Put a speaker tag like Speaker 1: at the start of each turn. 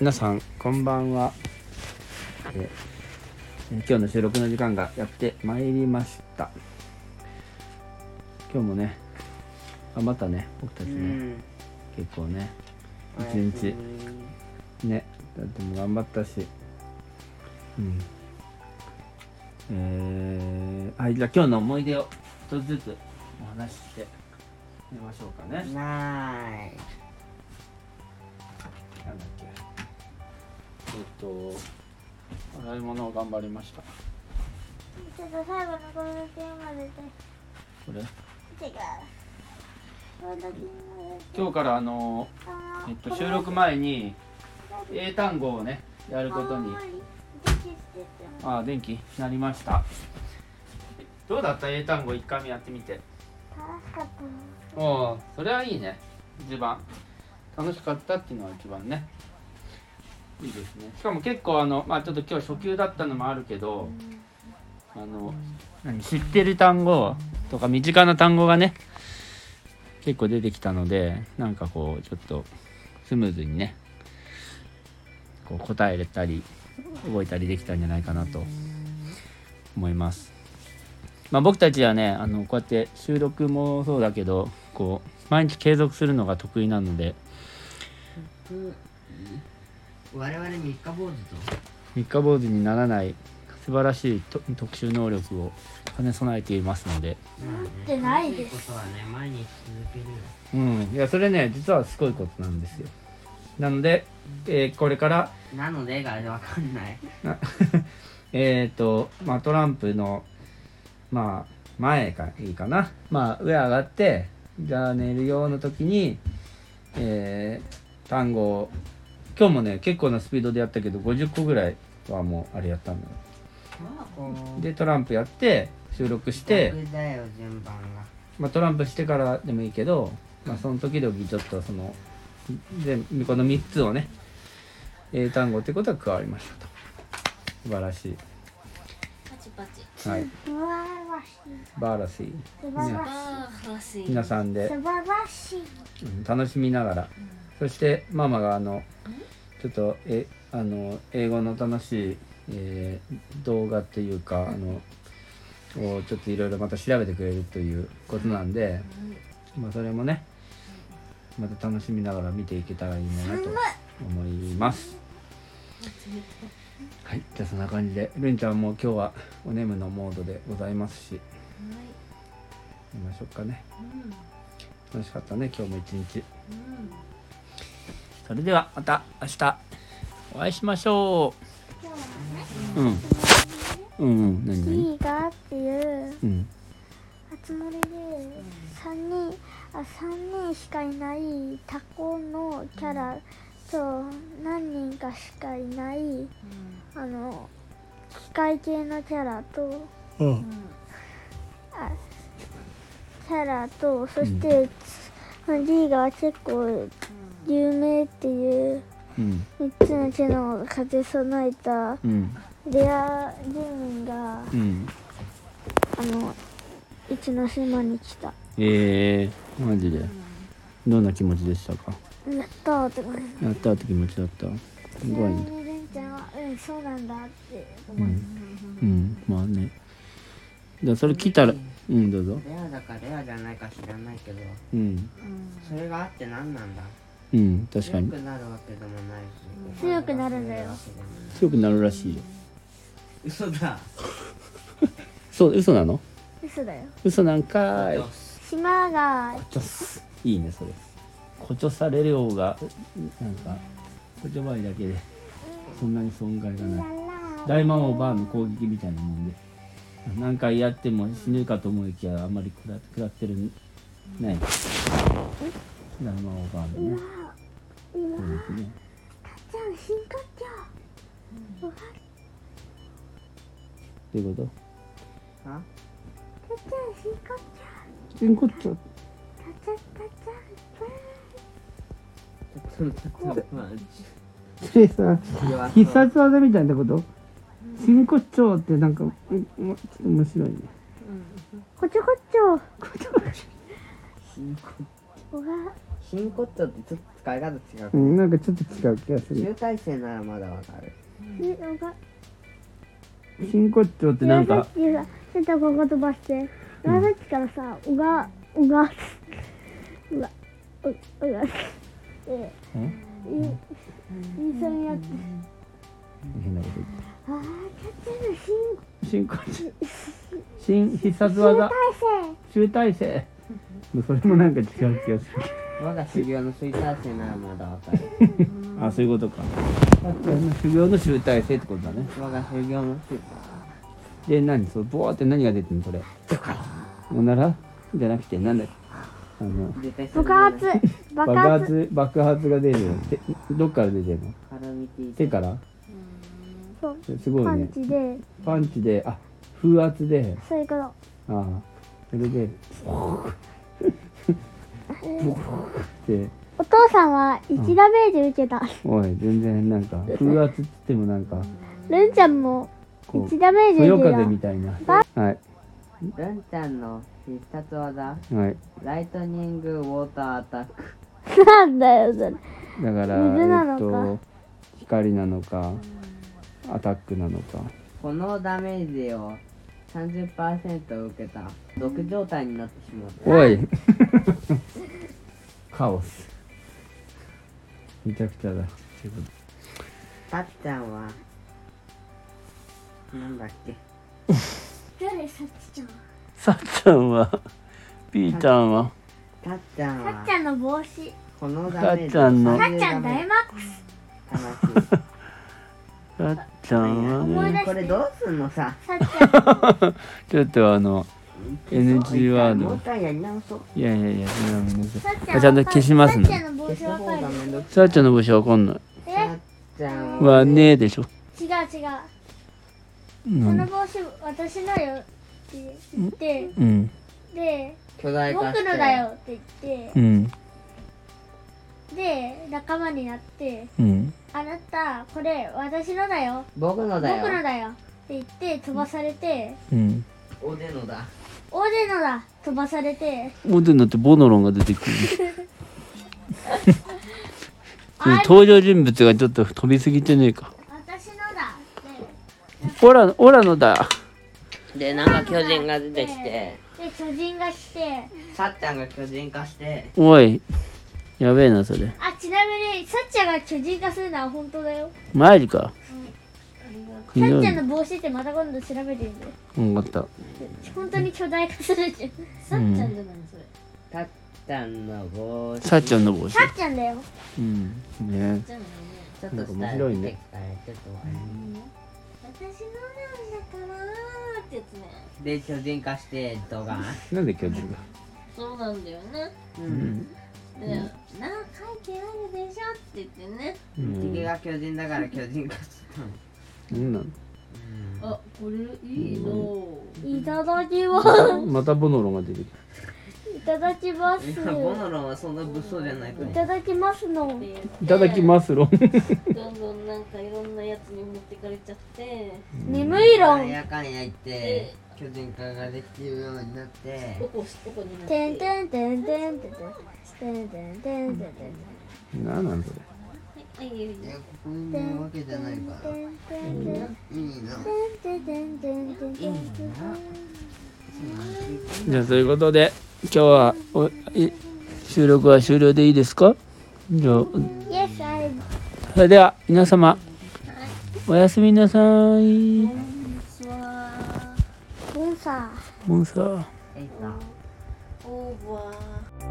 Speaker 1: 皆さんこんばんは、えー今日の収録の時間がやってまいりました今日もね頑張ったね僕たち
Speaker 2: う
Speaker 1: ね、
Speaker 2: ん
Speaker 1: 結構ね
Speaker 2: おやす
Speaker 1: 一日
Speaker 2: み
Speaker 1: ねだってもう頑張ったしうんえー、はいじゃあ今日の思い出を一つずつお話ししてみましょうかね
Speaker 2: ない
Speaker 1: なんだっけえっと洗い物を頑張りました
Speaker 3: ちょっと最後のゴールデンまでで
Speaker 1: これ
Speaker 3: 違う。ゴールデンまで
Speaker 1: 今日からあの
Speaker 3: あー
Speaker 1: えっと、収録前に英単語をねやることに
Speaker 3: あんまりできてても
Speaker 1: ああ電気なりましたどうだった英単語1回目やってみて
Speaker 3: 楽しかったな
Speaker 1: おおそれはいいね一番楽しかったっていうのは一番ねいいですねしかも結構あのまあちょっと今日初級だったのもあるけどあの何知ってる単語とか身近な単語がね結構出てきたのでなんかこうちょっとスムーズにねこう答えれたり動いたりできたんじゃないかなと思います。まあ、僕たちはねあのこうやって収録もそうだけどこう毎日継続するのが得意なので
Speaker 2: 我々三日坊主と
Speaker 1: 三日坊主にならない素晴らしいと特殊能力を兼ね備えていますので、
Speaker 2: 持
Speaker 3: ってないです
Speaker 2: ことはね毎日続けるよ
Speaker 1: うん、いやそれね実はすごいことなんですよなので、えーこれから
Speaker 2: なのでがわかんない
Speaker 1: なえっと、まあ、トランプの、まあ、前かいいかな、まあ、上上がってじゃあ寝るよの時に、えー単語を今日もね結構なスピードでやったけど50個ぐらいはもうあれやったんだよでトランプやって収録して、
Speaker 2: 逆だよ順番が
Speaker 1: まあ、トランプしてからでもいいけど、まあ、その時々ちょっとその全この3つをね英単語ってことは加わりましたと素晴らしい
Speaker 4: パチパチ。
Speaker 1: はい、
Speaker 3: 素晴らしい。
Speaker 1: バーラシー
Speaker 3: 素晴らし
Speaker 4: ああ、話。
Speaker 1: 皆さん
Speaker 3: い。
Speaker 1: で
Speaker 3: 素晴らしい。
Speaker 1: うん楽しみながら、そしてママがあのちょっとえあの英語の楽しい、えー動画っていうかあのをちょっといろいろまた調べてくれるということなんで、まあ、それもねまた楽しみながら見ていけたらいいなと思います。はい、じゃあそんな感じでるんちゃんも今日はお眠のモードでございますし寝ましょうかね
Speaker 4: うん。
Speaker 1: 楽しかったね今日も一日。
Speaker 4: うん。
Speaker 1: それではまた明日お会いしましょ
Speaker 3: 今
Speaker 1: う。うん。うんうん。何
Speaker 3: 日はね、
Speaker 1: 何？
Speaker 3: いいがっていう
Speaker 1: うん。
Speaker 3: 集まりで三人あ三人しかいないタコのキャラと何人かしかいない。あの機械系のキャラと
Speaker 4: うん。
Speaker 3: あキャラとそして、リーが結構有名っていう
Speaker 1: うん。
Speaker 3: 3つの機能を兼ね備えた
Speaker 1: うん。
Speaker 3: レア住民が
Speaker 1: うん。
Speaker 3: あの一の島に来た。
Speaker 1: ええー、マジで。どんな気持ちでしたか？
Speaker 3: やったーって思いま
Speaker 1: やったって気持ちだった。す
Speaker 3: す。ち
Speaker 1: ご
Speaker 3: ないみ
Speaker 1: ね。
Speaker 3: にレンちゃんはうんそうなんだって
Speaker 1: う
Speaker 3: 思いま
Speaker 1: ん。うん。まあね。じゃあそれ聞いたら、うんどうぞ。
Speaker 2: レアだかレアじゃないか知らないけど
Speaker 1: うん。
Speaker 2: それがあって何なんだ
Speaker 1: うん。確か
Speaker 2: 強
Speaker 1: に
Speaker 2: くなるわけでもないし
Speaker 3: 強くなるんだよ
Speaker 1: 強くなるらしいよ。
Speaker 2: 嘘だ
Speaker 1: そう嘘なの？
Speaker 3: す。嘘だよ。
Speaker 1: 嘘なんかーい。
Speaker 3: 島が
Speaker 1: ちょすいいねそれ誇張されるようがなんか誇張前だけでそんなに損害がない大魔王バーンの攻撃みたいなもんで何回やっても死ぬかと思いきやあんまり食ら食らってるない大魔王バーンのね攻撃ね
Speaker 3: じゃん進化じゃん。
Speaker 1: ということ
Speaker 2: あ
Speaker 3: たっちゃん進化じゃん。
Speaker 1: うんこっちゃ
Speaker 3: たっちゃんたっちゃんブー
Speaker 2: ちょっと待って
Speaker 1: 失礼さ
Speaker 2: 弱そう
Speaker 1: 必殺技みたいなこと真骨頂ってなんか、うん、もちょっと面白いね
Speaker 3: こちょこちょ。
Speaker 2: 真骨
Speaker 3: おが、
Speaker 2: 真骨頂ってちょっと使い方違う
Speaker 1: うん、なんかちょっと違う気がする
Speaker 2: 集大成ならまだわかる
Speaker 3: えおが
Speaker 1: 真骨頂ってなんか
Speaker 3: 紫がセンターここ飛ばして紫からさおがおがうわおおがえ
Speaker 1: え
Speaker 3: いいいそれやって
Speaker 1: 変なこと言って
Speaker 3: あー勝てる
Speaker 1: 真
Speaker 3: 新
Speaker 1: 骨頂新必殺技
Speaker 3: 体
Speaker 1: 集大成もうそれもなんか違う気がする
Speaker 2: 我が修行の集大成ならまだわかる
Speaker 1: あそういうことか修行の集大成ってことだね
Speaker 2: 我が修行の集
Speaker 1: で何そうボーって何が出てんのこれおならじゃなくてなんだっけあの
Speaker 2: 大成
Speaker 3: 制 爆発爆
Speaker 1: 爆
Speaker 3: 発
Speaker 1: 発爆発が出るよてどっから出てるの
Speaker 2: から見ていて
Speaker 1: 手から
Speaker 3: そう
Speaker 1: すごい
Speaker 3: パン
Speaker 1: ね
Speaker 3: チで
Speaker 1: パンチであ風圧で
Speaker 3: そういうこと
Speaker 1: ああそれで って
Speaker 3: お父さんは1ダメージ受けた、
Speaker 1: おい全然なんか風圧っつってもなんか
Speaker 3: ルンちゃんも
Speaker 1: こう
Speaker 3: 1ダメー
Speaker 1: そ
Speaker 3: ジ
Speaker 1: よ
Speaker 3: 受け
Speaker 1: 風み
Speaker 3: た
Speaker 1: たいなはい
Speaker 2: ルンちゃんの必殺技
Speaker 1: はい
Speaker 2: ライトニングウォーターアタック
Speaker 3: なんだよそれ
Speaker 1: だから
Speaker 3: 水なのか
Speaker 1: えっと光なのかアタックなのか
Speaker 2: このダメージを30%受けた毒状態になってしまった
Speaker 1: おい カオスめちゃくちゃだってこと
Speaker 2: たっちゃんはなんだっけ
Speaker 3: 誰さっちゃんさ
Speaker 1: さっちゃんはピーちゃんは
Speaker 2: たっちゃんは
Speaker 3: っちゃんの帽子さ
Speaker 2: このダメージ
Speaker 1: たっちゃんの
Speaker 3: っちゃん大マックス
Speaker 2: 悲しい
Speaker 1: さっちゃん
Speaker 3: 思
Speaker 1: はい
Speaker 3: 出
Speaker 1: ね
Speaker 3: して
Speaker 2: これどうすんのさ
Speaker 3: さっちゃん
Speaker 1: ちょっとあの NG ワー
Speaker 2: もう
Speaker 1: ド
Speaker 2: 一回やり直そう
Speaker 1: いやいやいやそれはごめんなさ
Speaker 3: さ
Speaker 1: い
Speaker 3: っ
Speaker 1: あちゃんと消します
Speaker 3: さっち
Speaker 1: ね
Speaker 3: ゃんの帽
Speaker 2: 消し
Speaker 3: 子
Speaker 2: た
Speaker 3: わ
Speaker 2: 方
Speaker 3: かる
Speaker 2: がめんどくさ
Speaker 1: さっちゃんの帽子わかんない
Speaker 3: え
Speaker 2: いたっちゃんは
Speaker 1: はねえでしょ
Speaker 3: 違う違う
Speaker 1: う
Speaker 3: その
Speaker 1: ん、
Speaker 3: 帽子私のよって言って
Speaker 1: うん
Speaker 3: で
Speaker 2: 巨大
Speaker 3: 僕
Speaker 2: 化
Speaker 3: の
Speaker 2: して
Speaker 3: だよって言っ
Speaker 1: うん
Speaker 3: てで仲間になって
Speaker 1: うん
Speaker 3: あなたこれ私のだよ
Speaker 2: 僕のだよ
Speaker 3: 僕のだよって言って飛ばされて
Speaker 1: うん
Speaker 2: おでのだ
Speaker 3: 大勢のだ飛ばされて
Speaker 1: モデルになってボノロンが出てくる
Speaker 3: あれ
Speaker 1: 登場人物がちょっと飛びすぎてねえか
Speaker 3: 私のだっ
Speaker 1: オラオラのだ
Speaker 2: でなんか巨人が出てきて
Speaker 3: てで巨人が来て
Speaker 2: さっちゃんが巨人化して
Speaker 1: おいやべえなそれ
Speaker 3: あちなみにさっちゃんが巨人化するのは本当だよ
Speaker 1: マジか
Speaker 3: さ
Speaker 1: ひど
Speaker 3: っ
Speaker 1: い
Speaker 3: ちゃんの帽子ってまた今度調べてみて
Speaker 1: 分かった
Speaker 3: 本当に巨大化す るじゃん
Speaker 4: さっちゃんじゃないのそれ。
Speaker 2: たっちゃんの帽子
Speaker 1: さっちゃんの帽子
Speaker 3: さっちゃんだよ
Speaker 1: うんね
Speaker 4: じゃないね。
Speaker 2: ちょっと
Speaker 1: なんか面
Speaker 2: 下
Speaker 1: 白い
Speaker 2: に出
Speaker 1: ね
Speaker 2: てきたねちょっと待
Speaker 4: 私の名前だからーってやつね。
Speaker 2: ってで巨人化してドガン
Speaker 1: なんで巨人が
Speaker 4: そうなんだよね。
Speaker 2: うん
Speaker 4: で、なんか関係あるでしょって言ってね。
Speaker 1: うん
Speaker 2: 敵が巨人だから巨人化したの
Speaker 1: なんなの
Speaker 4: あ、これいいの。
Speaker 3: いただきます
Speaker 1: またボノロンが出てくる
Speaker 3: いただきます
Speaker 2: いや ボノロンはそんな物騒じゃないか
Speaker 3: い
Speaker 2: ら
Speaker 3: ただきますの
Speaker 4: で
Speaker 1: いただきますロン
Speaker 4: どんどんなんかいろんなやつに持ってかれちゃって、
Speaker 3: 眠い
Speaker 2: な
Speaker 3: ろ
Speaker 2: ん
Speaker 3: ん
Speaker 2: やかんや言って巨人化ができるようになって
Speaker 4: ここしここになって
Speaker 3: ん
Speaker 4: て。
Speaker 3: てんてんてんてんてんてんてんてんてんてんてんてんてんて ん
Speaker 1: なんなんそれ
Speaker 4: はい、はい
Speaker 2: いやここにいるわけじゃないからいいな
Speaker 3: てんてんてん
Speaker 1: じゃあということで今日はおい収録は終了でいいですかじゃあ
Speaker 3: Yes, I
Speaker 1: それでは皆様おやすみなさい
Speaker 3: ボンサー
Speaker 1: モンスター
Speaker 2: えいさ
Speaker 4: オーバー。